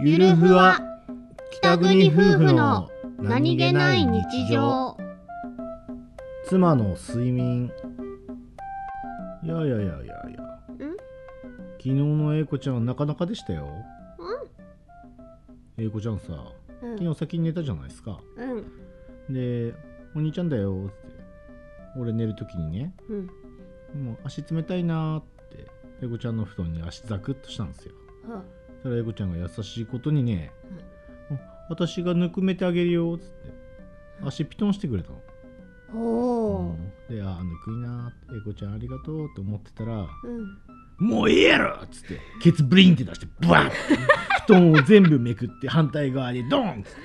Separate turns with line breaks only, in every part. ゆるふわ北国夫婦の妻の睡眠いやいやいやいやいや昨日の英子ちゃんはなかなかでしたよ英子ちゃんさ
う
昨
ん
日先に寝たじゃないですか
うん
で「お兄ちゃんだよ」って俺寝る時にね
うん
もう足冷たいなーって英子ちゃんの布団に足ザクッとしたんですよ
は
それ英子ちゃんが優しいことにね、私がぬくめてあげるよっつって足ピトンしてくれたの、
お
う
お
んで「あーぬくいなーって英子ちゃんありがとう」って思ってたら
うん
「もういいやろ!」っつってケツブリンって出してブワッ て布団を全部めくって反対側でドンっつって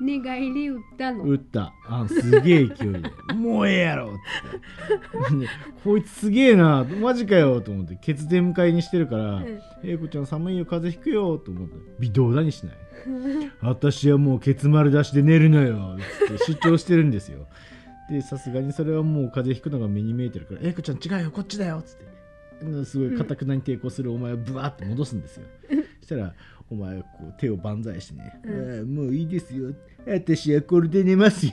寝返り打ったの
打ったあすげえ勢いで「もうええやろ!」っつってでこいつすげえなマジかよと思ってケツ全開にしてるから
うん
「英子ちゃん寒いよ風邪ひくよ」と思って微動だにしない私はもうケツ丸出しで寝るのよつって主張してるんですよでさすがにそれはもう風邪ひくのが目に見えてるから「えいこちゃん違うよこっちだよ」つってうんすごいかたくなに抵抗するお前をブワーって戻すんですよ、そしたらお前はこう手を万歳してね「
うん
ああもういいですよ私はこれで寝ますよ」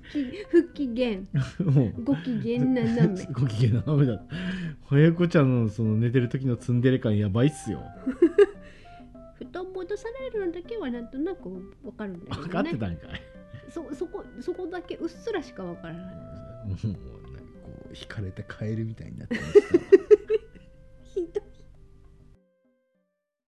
つ
き不機嫌
ってもう
ご機嫌斜め
ご機嫌なめだ親子ちゃんのその寝てる時のツンデレ感やばいっすよ
布団戻されるのだけはなんとなくわかるんだけ
分か
ど
って
ね
たんかい
そそこそこだけうっすらしかわからない
もうなんかこう引かれたカエルみたいになってました